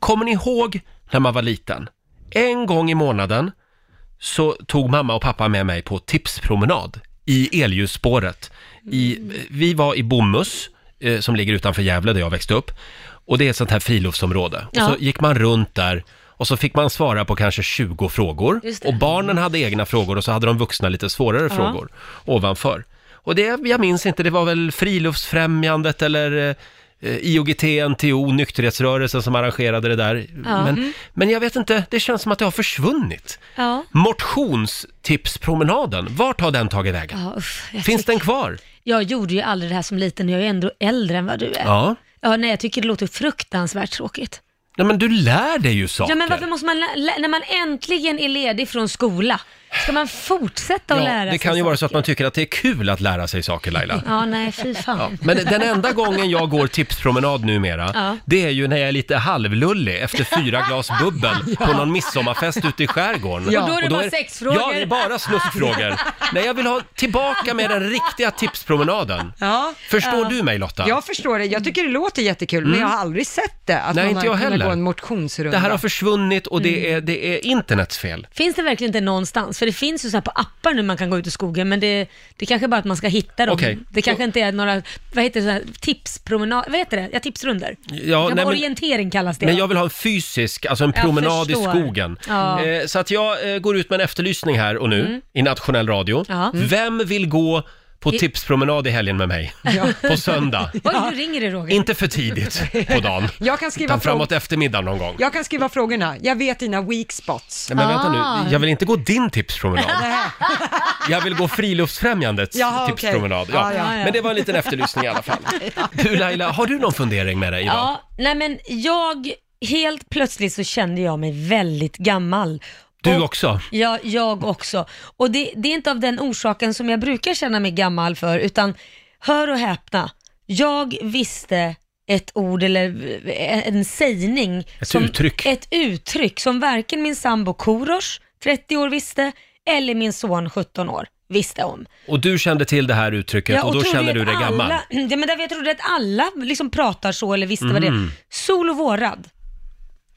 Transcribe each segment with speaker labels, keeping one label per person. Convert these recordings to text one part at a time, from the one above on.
Speaker 1: Kommer ni ihåg när man var liten? En gång i månaden så tog mamma och pappa med mig på tipspromenad i elljusspåret. I, vi var i Bomhus, eh, som ligger utanför Gävle där jag växte upp. Och det är ett sånt här friluftsområde. Och
Speaker 2: Ja.
Speaker 1: så gick man runt där och så fick man svara på kanske 20 frågor.
Speaker 2: Just det.
Speaker 1: Och barnen hade egna frågor och så hade de vuxna lite svårare
Speaker 2: Ja.
Speaker 1: frågor ovanför. Och det, jag minns inte, det var väl Friluftsfrämjandet eller eh, eh, IOGT, NTO, nykterhetsrörelsen som arrangerade det där.
Speaker 2: Ja.
Speaker 1: Men,
Speaker 2: Mm.
Speaker 1: men jag vet inte, det känns som att det har försvunnit.
Speaker 2: Ja.
Speaker 1: Motionstipspromenaden, vart har den tagit vägen?
Speaker 2: ja uff, jag,
Speaker 1: Finns den kvar?
Speaker 2: jag gjorde ju aldrig det här som liten, jag är ju ändå äldre än vad du är.
Speaker 1: Ja.
Speaker 2: Ja, nej, jag tycker det låter fruktansvärt tråkigt.
Speaker 1: Nej men du lär dig ju saker.
Speaker 2: Ja, men varför måste man, lä- lä- när man äntligen är ledig från skola, ska man fortsätta att
Speaker 1: Ja,
Speaker 2: lära sig
Speaker 1: det kan ju vara så att
Speaker 2: saker?
Speaker 1: man tycker att det är kul att lära sig saker Laila.
Speaker 2: Ja, nej, fy fan.
Speaker 1: Ja, men den enda gången jag går tipspromenad numera,
Speaker 2: Ja.
Speaker 1: det är ju när jag är lite halvlullig efter fyra glas bubbel på någon midsommarfest ute i skärgården.
Speaker 2: Ja. Och då är det bara sexfrågor.
Speaker 1: Ja, det är bara snuskfrågor. Nej, jag vill ha tillbaka med den riktiga tipspromenaden.
Speaker 3: Ja.
Speaker 1: Förstår du mig Lotta?
Speaker 3: Jag förstår det. Jag tycker det låter jättekul, men jag har aldrig sett det. Att
Speaker 1: Mm. Nej,
Speaker 3: någon
Speaker 1: inte jag
Speaker 3: har kunnat
Speaker 1: heller.
Speaker 3: gå en motionsrunda.
Speaker 1: Det här har försvunnit och det är, det är internets fel.
Speaker 2: Finns det verkligen inte någonstans? För det finns ju så här på appar nu man kan gå ut i skogen, men det, det kanske bara att man ska hitta dem.
Speaker 1: Okej.
Speaker 2: Det kanske inte är några, vad heter det, så här, tipspromenad, vad heter det? Ja, tipsrunder. Ja,
Speaker 1: nej, men-
Speaker 2: orientering kallas det.
Speaker 1: Men jag vill ha en fysisk, alltså en
Speaker 2: Jag
Speaker 1: promenad i
Speaker 2: förstår.
Speaker 1: skogen.
Speaker 2: Ja. Mm.
Speaker 1: Eh, så att jag eh, går ut med en efterlysning här och nu i nationell radio. Mm.
Speaker 2: Ja.
Speaker 1: Vem vill gå på
Speaker 2: I-
Speaker 1: tipspromenad i helgen med mig? På söndag.
Speaker 2: Oj, nu ringer det Roger.
Speaker 1: Inte för tidigt på dagen,
Speaker 3: Jag kan skriva
Speaker 1: utan
Speaker 3: frågor.
Speaker 1: framåt eftermiddagen någon gång.
Speaker 3: Jag kan skriva frågorna. Jag vet dina weak spots.
Speaker 1: Nej, men vänta
Speaker 2: Ah.
Speaker 1: nu, jag vill inte gå din tipspromenad.
Speaker 3: Nähä.
Speaker 1: Jag vill gå Friluftsfrämjandets
Speaker 3: Jaha, okej.
Speaker 1: tipspromenad. typ Ja.
Speaker 3: Ja, ja,
Speaker 2: Ah, ja.
Speaker 1: Men det var en liten efterlysning i alla fall. Du Laila, har du någon fundering med dig idag?
Speaker 2: Ja, nej men jag, helt plötsligt så kände jag mig väldigt gammal.
Speaker 1: Du
Speaker 2: Och-
Speaker 1: också?
Speaker 2: Ja, jag också. Och det, det är inte av den orsaken som jag brukar känna mig gammal för, utan hör och häpna, jag visste ett ord eller en sägning.
Speaker 1: Ett uttryck.
Speaker 2: Ett uttryck som varken min sambo Korosh, 30 år, visste, eller min son, 17 år, visste om.
Speaker 1: Och du kände till det här uttrycket och då
Speaker 2: tror
Speaker 1: känner
Speaker 2: vet
Speaker 1: du dig gammal?
Speaker 2: Alla, ja, men därför jag trodde att alla liksom pratar så eller visste vad det
Speaker 1: Mm.
Speaker 2: är. Sol och vårad.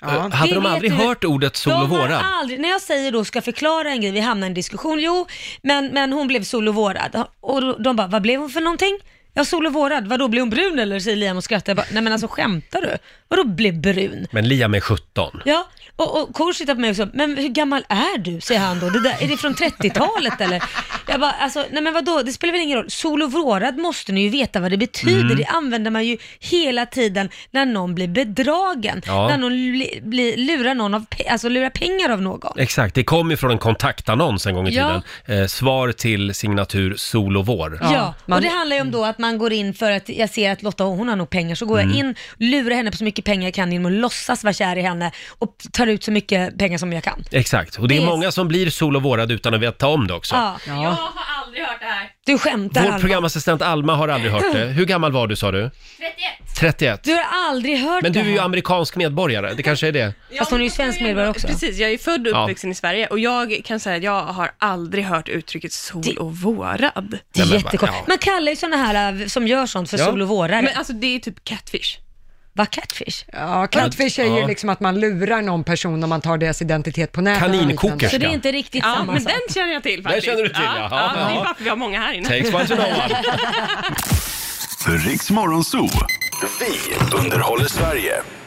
Speaker 1: Eh,
Speaker 3: Ja.
Speaker 1: Hade
Speaker 2: Det
Speaker 1: de
Speaker 2: vet
Speaker 1: aldrig
Speaker 2: du-
Speaker 1: hört ordet sol och
Speaker 2: de har
Speaker 1: vårad?
Speaker 2: Aldrig, när jag säger då ska förklara en grej, vi hamnar i en diskussion, jo, men, men hon blev sol och vårad. Och då- de bara, vad blev hon för någonting? Ja, sol och vårad, vadå, blev hon brun eller? Säger Liam och skrattar. Jag bara, nej men alltså skämtar du? Vadå blev brun?
Speaker 1: Men Liam är 17.
Speaker 2: Ja, och, och Kor tittar på mig och så, men hur gammal är du? Säger han då. Det där, är det från 30-talet eller? Jag bara, alltså, nej men vadå, det spelar väl ingen roll. Sol och vårad måste ni ju veta vad det betyder. Det använder man ju hela tiden när någon blir bedragen.
Speaker 1: Ja.
Speaker 2: När någon li, bli, lurar någon av, pe- alltså lurar pengar av någon.
Speaker 1: Exakt, det kom ju från en kontaktannons en gång i
Speaker 2: Ja.
Speaker 1: tiden. Eh, svar till signatur Sol och vår.
Speaker 2: Ja, och
Speaker 3: man-
Speaker 2: det handlar ju om då att man går in för att jag ser att Lotta hon har nog pengar, så går jag in, lurar henne på så mycket pengar jag kan genom att låtsas vara kär i henne och tar ut så mycket pengar som jag kan.
Speaker 1: Exakt, och det är
Speaker 2: Det är-
Speaker 1: många som blir Sol och vårad utan att veta om det också.
Speaker 2: Ja.
Speaker 4: Jag
Speaker 3: Ja.
Speaker 4: har aldrig hört det här.
Speaker 2: Du skämtar
Speaker 1: Vår
Speaker 2: Alma.
Speaker 1: programassistent Alma har aldrig hört det. Hur gammal var du sa du?
Speaker 4: 31.
Speaker 1: 31.
Speaker 2: Du har aldrig hört
Speaker 1: Men du
Speaker 2: det
Speaker 1: är ju
Speaker 2: här.
Speaker 1: amerikansk medborgare, det kanske är det.
Speaker 2: Fast hon är ju svensk medborgare också.
Speaker 4: Precis, jag är född och
Speaker 1: Ja.
Speaker 4: uppvuxen i Sverige och jag kan säga att jag har aldrig hört uttrycket sol och vårad.
Speaker 2: Det är
Speaker 1: Nej, men va-
Speaker 2: jättekort.
Speaker 1: ja.
Speaker 2: Man kallar ju sådana här äh, som gör sånt för
Speaker 1: Ja.
Speaker 2: sol och vårare.
Speaker 4: Men alltså det är typ catfish.
Speaker 2: Vad catfish?
Speaker 3: Ja, catfish är ju
Speaker 1: Ja.
Speaker 3: liksom att man lurar någon person om man tar deras identitet på nätet. och
Speaker 1: Kaninkoker.
Speaker 3: liknande.
Speaker 2: Så det är inte riktigt
Speaker 4: Ja,
Speaker 2: samma
Speaker 4: men
Speaker 2: sak.
Speaker 4: den känner jag till faktiskt.
Speaker 1: känner du till, ja.
Speaker 4: ja.
Speaker 1: Ja,
Speaker 4: ja, Det
Speaker 1: ja.
Speaker 4: är varför vi har många här inne.
Speaker 1: Takes one to know one.
Speaker 5: Riks Morgonzoo. Vi underhåller Sverige.